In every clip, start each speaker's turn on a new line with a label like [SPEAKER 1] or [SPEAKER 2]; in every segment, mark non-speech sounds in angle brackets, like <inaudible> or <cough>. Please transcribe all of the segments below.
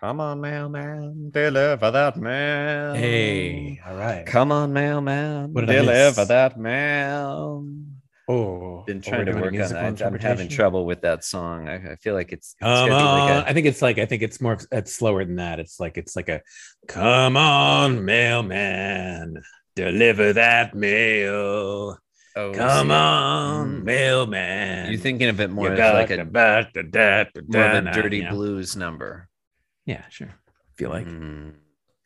[SPEAKER 1] Come on, mailman, deliver that mail.
[SPEAKER 2] Hey, all right.
[SPEAKER 1] Come on, mailman,
[SPEAKER 2] What did I miss?
[SPEAKER 1] deliver that mail.
[SPEAKER 2] Oh,
[SPEAKER 1] Been
[SPEAKER 2] oh,
[SPEAKER 1] trying
[SPEAKER 2] we're
[SPEAKER 1] to
[SPEAKER 2] doing a
[SPEAKER 1] work on
[SPEAKER 2] musical
[SPEAKER 1] that. I'm having
[SPEAKER 2] interpretation?
[SPEAKER 1] trouble with that song. I, I feel like it's, it's gotta
[SPEAKER 2] Come
[SPEAKER 1] be
[SPEAKER 2] on.
[SPEAKER 1] like a-
[SPEAKER 2] I think it's like I think it's more of- it's slower than that. It's like it's like a come on, mailman, deliver that mail.
[SPEAKER 1] oh,
[SPEAKER 2] Come
[SPEAKER 1] so
[SPEAKER 2] on,
[SPEAKER 1] Mm.
[SPEAKER 2] mailman.
[SPEAKER 1] You're thinking of it more
[SPEAKER 2] You
[SPEAKER 1] as
[SPEAKER 2] got
[SPEAKER 1] like
[SPEAKER 2] the
[SPEAKER 1] a
[SPEAKER 2] bat, the dat, the
[SPEAKER 1] more of a
[SPEAKER 2] dana,
[SPEAKER 1] dirty
[SPEAKER 2] you know?
[SPEAKER 1] blues number.
[SPEAKER 2] Yeah, sure. Feel like
[SPEAKER 1] Mm.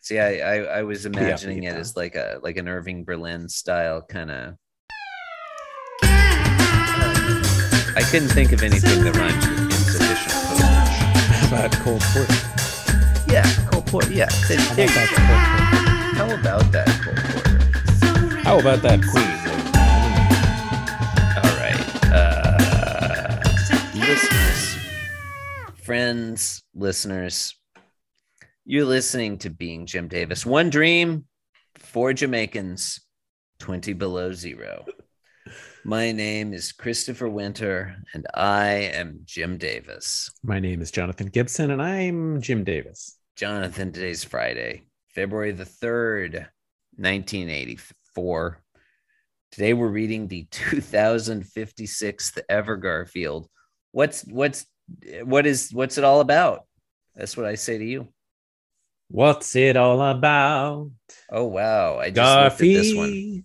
[SPEAKER 1] See, I, I I was
[SPEAKER 2] the
[SPEAKER 1] imagining it
[SPEAKER 2] upbeat,
[SPEAKER 1] as like a like an Irving Berlin style kind of. I couldn't think of anything that rhymes with
[SPEAKER 2] <laughs>
[SPEAKER 1] insufficient postage.
[SPEAKER 2] how about cold port?
[SPEAKER 1] Yeah, Cole Porter. Yeah, there,
[SPEAKER 2] How
[SPEAKER 1] there
[SPEAKER 2] about
[SPEAKER 1] you
[SPEAKER 2] that
[SPEAKER 1] go.
[SPEAKER 2] cold port?
[SPEAKER 1] How about that, Cole Porter?
[SPEAKER 2] How about that queen?
[SPEAKER 1] All right, uh, listeners, friends, listeners, you're listening to Being Jim Davis. One dream, four Jamaicans, twenty below zero. My name is Christopher Winter, and I am Jim Davis.
[SPEAKER 2] My name is Jonathan Gibson, and I'm Jim Davis.
[SPEAKER 1] Jonathan, today's Friday, February the 3rd, 1984. Today we're reading the 2056th ever Garfield. What's what's what is what's it all about? That's what I say to you.
[SPEAKER 2] What's it all about?
[SPEAKER 1] Oh wow, I just looked at this one.
[SPEAKER 2] Garfield.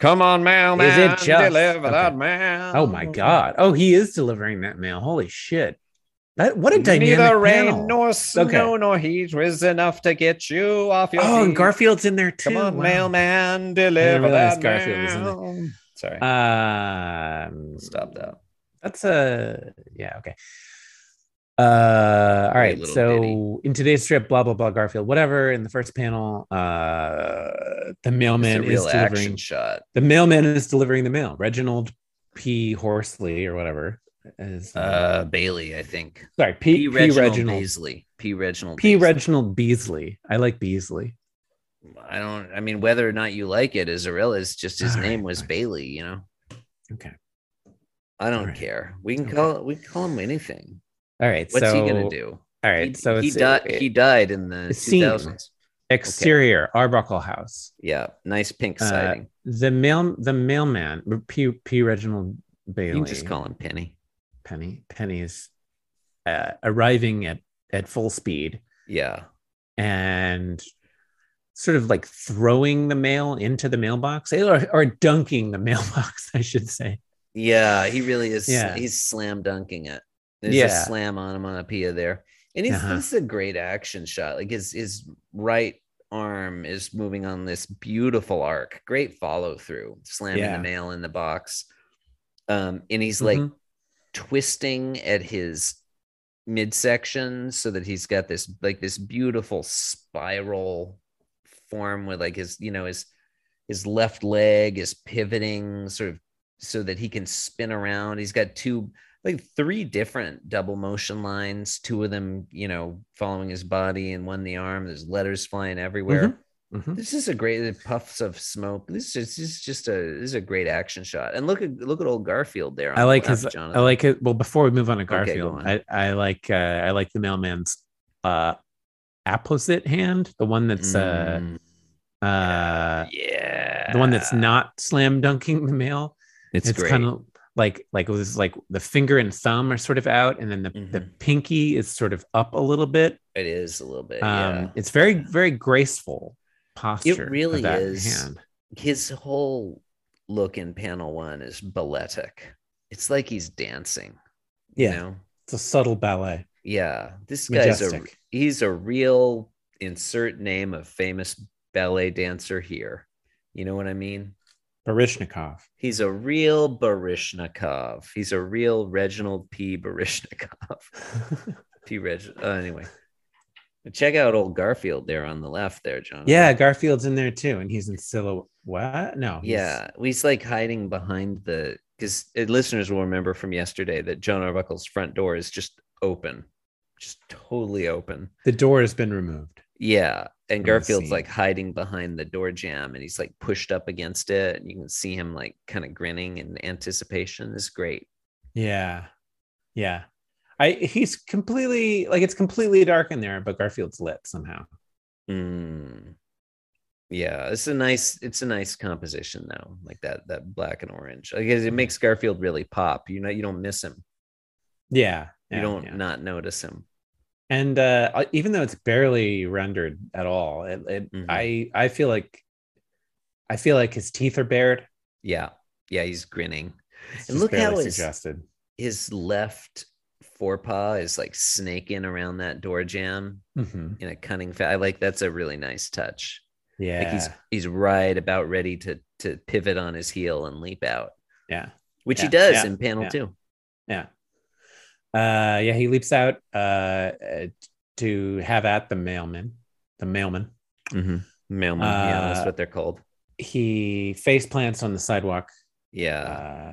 [SPEAKER 1] Come on, mail,
[SPEAKER 2] Is it just-
[SPEAKER 1] deliver that
[SPEAKER 2] Okay.
[SPEAKER 1] mail.
[SPEAKER 2] Oh my god. Oh, he is delivering that mail. Holy shit. That what a dynamic
[SPEAKER 1] Neither rain
[SPEAKER 2] panel.
[SPEAKER 1] nor snow nor heat is enough to get you off your
[SPEAKER 2] oh, and
[SPEAKER 1] feet.
[SPEAKER 2] Garfield's in there too.
[SPEAKER 1] Come on,
[SPEAKER 2] Wow.
[SPEAKER 1] mailman, deliver
[SPEAKER 2] realize
[SPEAKER 1] that
[SPEAKER 2] Garfield was in there.
[SPEAKER 1] mail. Sorry,
[SPEAKER 2] Um,
[SPEAKER 1] stop that.
[SPEAKER 2] That's a yeah, okay. Uh all
[SPEAKER 1] Great
[SPEAKER 2] right.
[SPEAKER 1] little
[SPEAKER 2] So
[SPEAKER 1] ditty.
[SPEAKER 2] in today's strip, blah blah blah, Garfield, whatever. In the first panel, uh the mailman
[SPEAKER 1] it's a real
[SPEAKER 2] is
[SPEAKER 1] action
[SPEAKER 2] delivering
[SPEAKER 1] shot.
[SPEAKER 2] the mailman is delivering the mail. Reginald P. Horsley or whatever is
[SPEAKER 1] Uh, Bailey, I think.
[SPEAKER 2] sorry,
[SPEAKER 1] P.
[SPEAKER 2] P. P.
[SPEAKER 1] Reginald,
[SPEAKER 2] Reginald
[SPEAKER 1] Beasley. P. Reginald.
[SPEAKER 2] P.
[SPEAKER 1] Beasley.
[SPEAKER 2] Reginald Beasley. I like Beasley.
[SPEAKER 1] I don't. I mean, whether or not you like it is irrelevant. It's just his
[SPEAKER 2] All right,
[SPEAKER 1] name was
[SPEAKER 2] fine.
[SPEAKER 1] Bailey. You know.
[SPEAKER 2] Okay.
[SPEAKER 1] I don't
[SPEAKER 2] All right.
[SPEAKER 1] care. We can
[SPEAKER 2] Okay.
[SPEAKER 1] call. We can call him anything.
[SPEAKER 2] All right.
[SPEAKER 1] What's
[SPEAKER 2] so,
[SPEAKER 1] he gonna do?
[SPEAKER 2] All right.
[SPEAKER 1] he,
[SPEAKER 2] so
[SPEAKER 1] he
[SPEAKER 2] it's
[SPEAKER 1] died.
[SPEAKER 2] it-
[SPEAKER 1] he died in the
[SPEAKER 2] it's seen.
[SPEAKER 1] two thousands.
[SPEAKER 2] exterior Arbuckle House.
[SPEAKER 1] Yeah, nice pink
[SPEAKER 2] Uh,
[SPEAKER 1] siding.
[SPEAKER 2] The mail the mailman P. P. Reginald
[SPEAKER 1] you
[SPEAKER 2] Bailey.
[SPEAKER 1] can just call him Penny.
[SPEAKER 2] Penny. Penny's uh, arriving at at full speed
[SPEAKER 1] Yeah,
[SPEAKER 2] and sort of like throwing the mail into the mailbox or, or dunking the <laughs> mailbox, I should say.
[SPEAKER 1] yeah. He really is.
[SPEAKER 2] Yeah.
[SPEAKER 1] he's slam dunking it. There's a
[SPEAKER 2] Yeah.
[SPEAKER 1] slam onomatopoeia there, and he's
[SPEAKER 2] Uh-huh.
[SPEAKER 1] this is a great action shot. Like his his right arm is moving on this beautiful arc. Great follow through, slamming
[SPEAKER 2] Yeah.
[SPEAKER 1] the mail in the box. Um, and he's like
[SPEAKER 2] Mhm.
[SPEAKER 1] twisting at his midsection so that he's got this like this beautiful spiral form with like his you know his his left leg is pivoting sort of so that he can spin around he's got two like three different double motion lines two of them you know following his body and one the arm there's letters flying everywhere
[SPEAKER 2] Mhm.
[SPEAKER 1] this is a great the puffs of smoke. This is, this is just a this is a great action shot. And look at look at old Garfield there. on
[SPEAKER 2] I
[SPEAKER 1] the
[SPEAKER 2] like
[SPEAKER 1] left,
[SPEAKER 2] his. I
[SPEAKER 1] Jonathan.
[SPEAKER 2] like it. Well, before we move on to
[SPEAKER 1] go
[SPEAKER 2] Garfield,
[SPEAKER 1] on.
[SPEAKER 2] I, I like. Uh, I like the mailman's uh, opposite hand, the one that's uh,
[SPEAKER 1] Mm,
[SPEAKER 2] uh,
[SPEAKER 1] yeah,
[SPEAKER 2] the one that's not slam dunking the mail.
[SPEAKER 1] it's,
[SPEAKER 2] It's
[SPEAKER 1] great.
[SPEAKER 2] kind of like like it was like the finger and thumb are sort of out, and then the, the
[SPEAKER 1] Mhm.
[SPEAKER 2] pinky is sort of up a little bit.
[SPEAKER 1] it is a little bit.
[SPEAKER 2] Um,
[SPEAKER 1] Uh, yeah,
[SPEAKER 2] It's very very graceful posture. of
[SPEAKER 1] really
[SPEAKER 2] that
[SPEAKER 1] is.
[SPEAKER 2] Hand.
[SPEAKER 1] his whole look in panel one is balletic. It's like he's dancing.
[SPEAKER 2] Yeah,
[SPEAKER 1] You know?
[SPEAKER 2] it's a subtle ballet.
[SPEAKER 1] Yeah, this guy's a
[SPEAKER 2] Majestic.
[SPEAKER 1] he's a real insert name of famous ballet dancer here. You know what I mean?
[SPEAKER 2] <laughs> Barishnikov.
[SPEAKER 1] He's a real Barishnikov. He's a real Reginald P. Barishnikov. <laughs> P. Reg. Uh, anyway, check out old Garfield there on the left there, John.
[SPEAKER 2] yeah, Garfield's in there too, and he's in silhouette. No, he's-
[SPEAKER 1] Yeah. He's like hiding behind the because listeners will remember from yesterday that John Arbuckle's front door is just open, just totally open.
[SPEAKER 2] the door has been removed.
[SPEAKER 1] Yeah. And
[SPEAKER 2] the
[SPEAKER 1] Garfield's
[SPEAKER 2] scene.
[SPEAKER 1] like hiding behind the door jam and he's like pushed up against it. And you can see him like kind of grinning in anticipation. This is great.
[SPEAKER 2] Yeah, yeah. I he's completely like it's completely dark in there, but Garfield's lit somehow.
[SPEAKER 1] Mm. Yeah, it's a nice it's a nice composition though, like that that black and orange. I
[SPEAKER 2] Mm-hmm.
[SPEAKER 1] guess it makes Garfield really pop. You know, you don't miss him.
[SPEAKER 2] Yeah,
[SPEAKER 1] You
[SPEAKER 2] yeah,
[SPEAKER 1] don't
[SPEAKER 2] yeah.
[SPEAKER 1] not notice him.
[SPEAKER 2] and uh, even though it's barely rendered at all, it, it
[SPEAKER 1] Mhm.
[SPEAKER 2] I I feel like I feel like his teeth are bared.
[SPEAKER 1] Yeah, yeah, he's grinning.
[SPEAKER 2] It's
[SPEAKER 1] And
[SPEAKER 2] just
[SPEAKER 1] look how
[SPEAKER 2] barely
[SPEAKER 1] his-
[SPEAKER 2] suggested.
[SPEAKER 1] His left forepaw is like snaking around that door jam
[SPEAKER 2] Mhm.
[SPEAKER 1] in a cunning fa- I like that's a really nice touch.
[SPEAKER 2] Yeah,
[SPEAKER 1] Like he's he's right about ready to to pivot on his heel and leap out,
[SPEAKER 2] yeah.
[SPEAKER 1] which he
[SPEAKER 2] Yeah,
[SPEAKER 1] does
[SPEAKER 2] yeah,
[SPEAKER 1] in panel
[SPEAKER 2] yeah.
[SPEAKER 1] two.
[SPEAKER 2] Yeah. Uh, yeah, he leaps out uh, uh, to have at the mailman. The mailman.
[SPEAKER 1] Mailman, yeah, that's
[SPEAKER 2] Uh,
[SPEAKER 1] what they're called.
[SPEAKER 2] He face plants on the sidewalk
[SPEAKER 1] Yeah,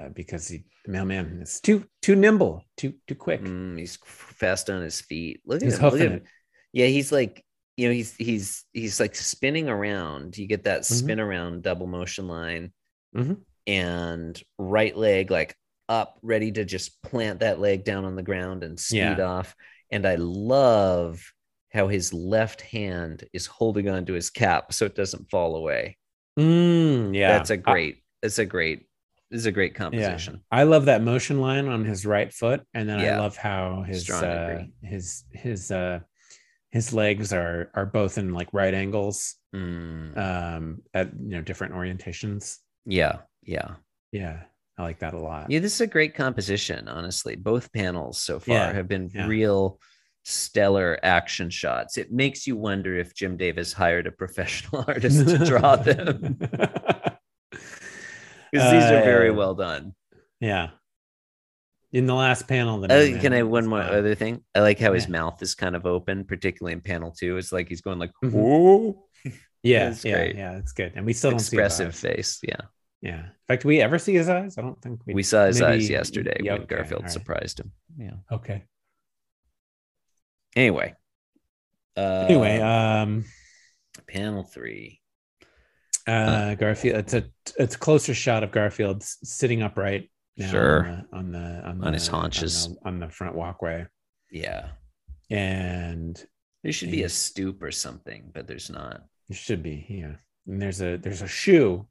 [SPEAKER 2] uh, because he, the mailman is too too nimble, too too quick.
[SPEAKER 1] Mm, he's fast on his feet. Look at
[SPEAKER 2] He's
[SPEAKER 1] him. Look at
[SPEAKER 2] huffing
[SPEAKER 1] him.
[SPEAKER 2] it.
[SPEAKER 1] Yeah, he's like, you know, he's he's he's like spinning around. You get
[SPEAKER 2] Mm-hmm.
[SPEAKER 1] that spin around double motion line
[SPEAKER 2] Mhm.
[SPEAKER 1] and right leg like up, ready to just plant that leg down on the ground and speed
[SPEAKER 2] Yeah.
[SPEAKER 1] off. And I love how his left hand is holding onto his cap so it doesn't fall away.
[SPEAKER 2] Mm, yeah,
[SPEAKER 1] That's a great, that's a great, this is a great composition.
[SPEAKER 2] I, I love that motion line on his right foot, and then I
[SPEAKER 1] Yeah.
[SPEAKER 2] love how his
[SPEAKER 1] Strongly
[SPEAKER 2] uh,
[SPEAKER 1] agree.
[SPEAKER 2] his his uh, his legs are are both in like right angles
[SPEAKER 1] Mm,
[SPEAKER 2] um, at you know different orientations.
[SPEAKER 1] yeah, yeah.
[SPEAKER 2] Yeah, I like that a
[SPEAKER 1] <laughs>
[SPEAKER 2] lot.
[SPEAKER 1] Yeah, this is a great composition, honestly. Both panels so far
[SPEAKER 2] Yeah,
[SPEAKER 1] have been
[SPEAKER 2] yeah.
[SPEAKER 1] real stellar action shots. It makes you wonder if Jim Davis hired a professional <laughs> artist
[SPEAKER 2] <laughs>
[SPEAKER 1] to draw them because these are very
[SPEAKER 2] Uh,
[SPEAKER 1] well done.
[SPEAKER 2] Yeah. In the last panel, the
[SPEAKER 1] Oh,
[SPEAKER 2] mailman
[SPEAKER 1] can I
[SPEAKER 2] is
[SPEAKER 1] one more
[SPEAKER 2] gone.
[SPEAKER 1] other thing? I like how his
[SPEAKER 2] Yeah.
[SPEAKER 1] mouth is kind of open, particularly in panel two. It's like he's going like
[SPEAKER 2] Mhm.
[SPEAKER 1] whoa,
[SPEAKER 2] Yeah,
[SPEAKER 1] That's
[SPEAKER 2] yeah,
[SPEAKER 1] great.
[SPEAKER 2] yeah. It's good, and we still don't see his
[SPEAKER 1] expressive
[SPEAKER 2] eyes.
[SPEAKER 1] face. Yeah,
[SPEAKER 2] Yeah. In fact, do we ever see his eyes? I don't think we.
[SPEAKER 1] we saw his eyes
[SPEAKER 2] maybe-
[SPEAKER 1] yesterday
[SPEAKER 2] yeah,
[SPEAKER 1] when
[SPEAKER 2] okay,
[SPEAKER 1] Garfield
[SPEAKER 2] all right.
[SPEAKER 1] surprised him. Yeah.
[SPEAKER 2] okay.
[SPEAKER 1] Anyway. Uh,
[SPEAKER 2] Anyway, um,
[SPEAKER 1] panel three.
[SPEAKER 2] uh, Garfield. It's a it's a closer shot of Garfield s- sitting upright. now
[SPEAKER 1] Sure.
[SPEAKER 2] On the on, the, on,
[SPEAKER 1] On his
[SPEAKER 2] the-
[SPEAKER 1] haunches.
[SPEAKER 2] on the, on the front walkway,
[SPEAKER 1] Yeah.
[SPEAKER 2] and
[SPEAKER 1] There should be a
[SPEAKER 2] Maybe.
[SPEAKER 1] stoop or something, but there's not.
[SPEAKER 2] it should be yeah. And there's a there's a shoe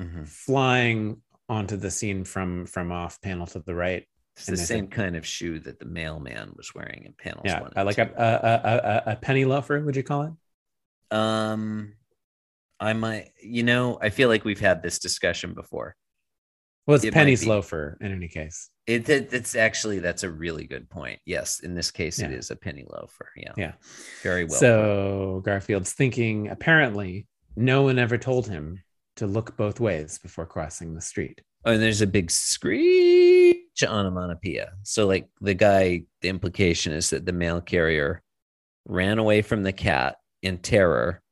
[SPEAKER 2] Mm-hmm. flying onto the scene from from off panel to the right.
[SPEAKER 1] It's the
[SPEAKER 2] And there's
[SPEAKER 1] same kind of shoe that the mailman was wearing in panels
[SPEAKER 2] Yeah,
[SPEAKER 1] one.
[SPEAKER 2] uh,
[SPEAKER 1] and
[SPEAKER 2] like a,
[SPEAKER 1] two.
[SPEAKER 2] a- a, a a penny loafer, would you call it?
[SPEAKER 1] um, I might, you know, I feel like we've had this discussion before.
[SPEAKER 2] Well, it's
[SPEAKER 1] It might
[SPEAKER 2] penny's
[SPEAKER 1] be.
[SPEAKER 2] loafer in any case.
[SPEAKER 1] It, it it's actually that's a really good point. Yes, in this case, it
[SPEAKER 2] Yeah.
[SPEAKER 1] is a penny loafer. Yeah,
[SPEAKER 2] Yeah.
[SPEAKER 1] very well.
[SPEAKER 2] so Garfield's thinking. Apparently, no one ever told him to look both ways before crossing the street.
[SPEAKER 1] Oh, and there's a big screech onomatopoeia. So, like the guy, the implication is that the mail carrier ran away from the cat in terror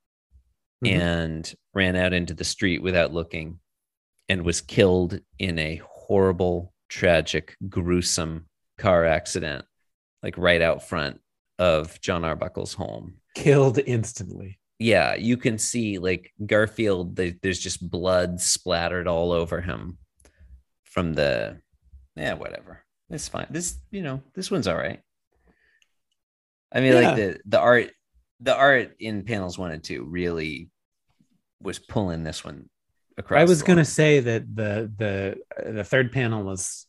[SPEAKER 2] Mhm.
[SPEAKER 1] and ran out into the street without looking and was killed in a horrible, tragic, gruesome car accident, like right out front of John Arbuckle's home
[SPEAKER 2] Killed instantly.
[SPEAKER 1] yeah, you can see like Garfield, the, there's just blood splattered all over him from the, yeah, whatever. It's fine. This, you know, this one's all right. I mean,
[SPEAKER 2] Yeah.
[SPEAKER 1] like the the art, the art in panels one and two really was pulling this one across.
[SPEAKER 2] I was
[SPEAKER 1] the
[SPEAKER 2] gonna
[SPEAKER 1] line.
[SPEAKER 2] say that the the uh, the third panel was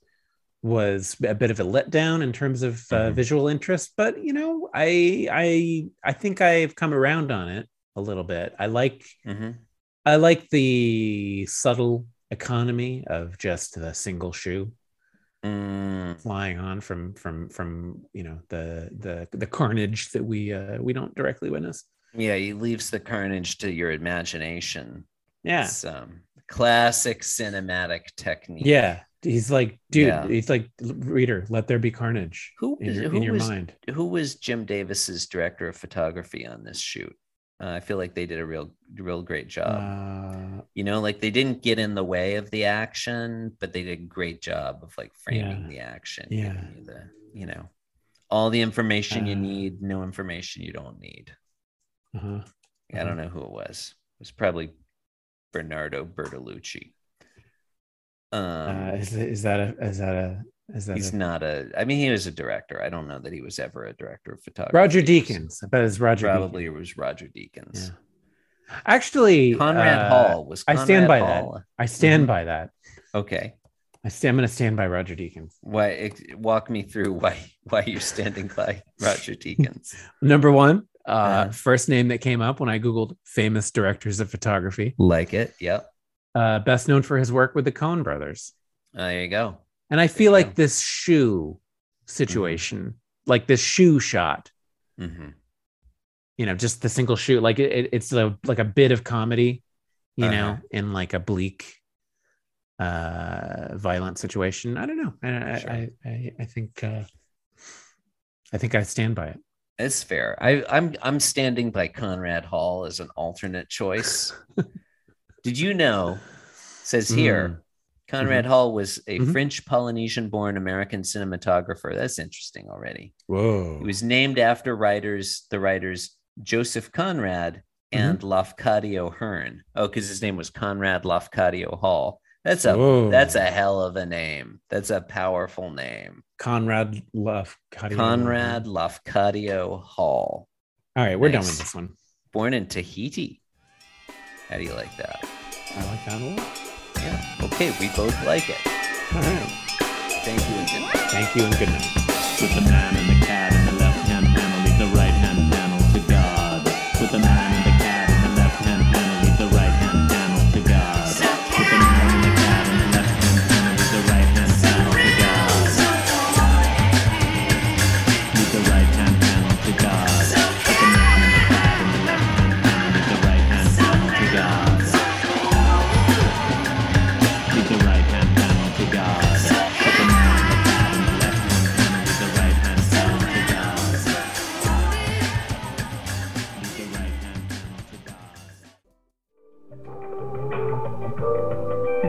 [SPEAKER 2] was a bit of a letdown in terms of uh,
[SPEAKER 1] Mhm.
[SPEAKER 2] visual interest, but you know, I I I think I've come around on it a little bit. I like
[SPEAKER 1] Mhm.
[SPEAKER 2] I like the subtle economy of just the single shoe
[SPEAKER 1] Mm,
[SPEAKER 2] flying on from from from you know the the the carnage that we uh, we don't directly witness.
[SPEAKER 1] yeah, he leaves the carnage to your imagination.
[SPEAKER 2] Yeah,
[SPEAKER 1] It's um, classic cinematic technique.
[SPEAKER 2] yeah. He's like, dude.
[SPEAKER 1] Yeah.
[SPEAKER 2] He's like, reader. Let there be carnage
[SPEAKER 1] Who
[SPEAKER 2] in
[SPEAKER 1] is-
[SPEAKER 2] your,
[SPEAKER 1] who
[SPEAKER 2] in your
[SPEAKER 1] was
[SPEAKER 2] mind.
[SPEAKER 1] who was Jim Davis's director of photography on this shoot? Uh, I feel like they did a real, real great job.
[SPEAKER 2] Uh,
[SPEAKER 1] you know, like they didn't get in the way of the action, but they did a great job of like framing
[SPEAKER 2] Yeah.
[SPEAKER 1] the action.
[SPEAKER 2] Yeah.
[SPEAKER 1] giving you the, you know, all the information you
[SPEAKER 2] Uh.
[SPEAKER 1] need, no information you don't need.
[SPEAKER 2] uh-huh.
[SPEAKER 1] I don't know who it was. It was probably Bernardo Bertolucci. Um,
[SPEAKER 2] Uh, is, is that a is that a Is Uh, that
[SPEAKER 1] He's
[SPEAKER 2] it?
[SPEAKER 1] not a. I mean, he was a director. I don't know that he was ever a director of photography.
[SPEAKER 2] Roger Deakins? I bet it's Roger.
[SPEAKER 1] Probably
[SPEAKER 2] Deakins.
[SPEAKER 1] it was Roger Deakins.
[SPEAKER 2] Actually,
[SPEAKER 1] Conrad
[SPEAKER 2] uh,
[SPEAKER 1] Hall was.
[SPEAKER 2] I
[SPEAKER 1] Conrad
[SPEAKER 2] stand by that.
[SPEAKER 1] Hall.
[SPEAKER 2] I stand
[SPEAKER 1] Mhm.
[SPEAKER 2] by that.
[SPEAKER 1] Okay,
[SPEAKER 2] I stand, I'm going to stand by Roger Deakins.
[SPEAKER 1] why? ex- Walk me through why why you're standing by Roger Deakins.
[SPEAKER 2] Number one, uh,
[SPEAKER 1] Uh-huh.
[SPEAKER 2] first name that came up when I Googled famous directors of photography.
[SPEAKER 1] like it. Yep.
[SPEAKER 2] Uh, best known for his work with the Coen brothers.
[SPEAKER 1] Ah, There you go.
[SPEAKER 2] And I feel
[SPEAKER 1] you
[SPEAKER 2] like
[SPEAKER 1] go. Mm-hmm.
[SPEAKER 2] this shoe situation, like this shoe shot,
[SPEAKER 1] hmm
[SPEAKER 2] you know, just the single shoe, like it, it- it's a, like a bit of comedy, you know,
[SPEAKER 1] Uh-huh.
[SPEAKER 2] in like a bleak, uh, violent situation. I don't know. I, I,
[SPEAKER 1] Sure.
[SPEAKER 2] I, I, I think, uh, I think I stand by it.
[SPEAKER 1] It's fair. I, I'm I'm standing by Conrad Hall as an alternate choice. Did you know? Says
[SPEAKER 2] Hmm. Mm.
[SPEAKER 1] here, Conrad Hall was a
[SPEAKER 2] Mhm.
[SPEAKER 1] French Polynesian-born American cinematographer. That's interesting already.
[SPEAKER 2] Whoa.
[SPEAKER 1] He was named after writers, the writers Joseph Conrad
[SPEAKER 2] Mm-hmm.
[SPEAKER 1] and Lafcadio Hearn. Oh, because his name was Conrad Lafcadio Hall. That's a
[SPEAKER 2] Whoa.
[SPEAKER 1] that's a hell of a name. That's a powerful name.
[SPEAKER 2] Conrad Love. how do you-
[SPEAKER 1] Conrad Lafcadio Hall.
[SPEAKER 2] All right, we're done
[SPEAKER 1] Nice.
[SPEAKER 2] with this one.
[SPEAKER 1] born in Tahiti. How do you like that?
[SPEAKER 2] I like that a lot. <laughs>
[SPEAKER 1] Yeah. Okay, we both like it.
[SPEAKER 2] All right.
[SPEAKER 1] Thank you again.
[SPEAKER 2] Thank you and good night.
[SPEAKER 3] Put the man and the cat in the left hand panel, leave the right hand panel to God. Put the man and the cat in the left hand panel, leave the right hand panel to God. Put the man and the cat in the left hand panel, leave the right hand panel to God. Leave the right hand panel to God. Put the man and the cat in the left hand panel, leave the right hand panel to God. Leave the right hand panel to God. Put the man and the cat in the left hand panel, leave the right hand panel to God. Leave the right hand panel to God.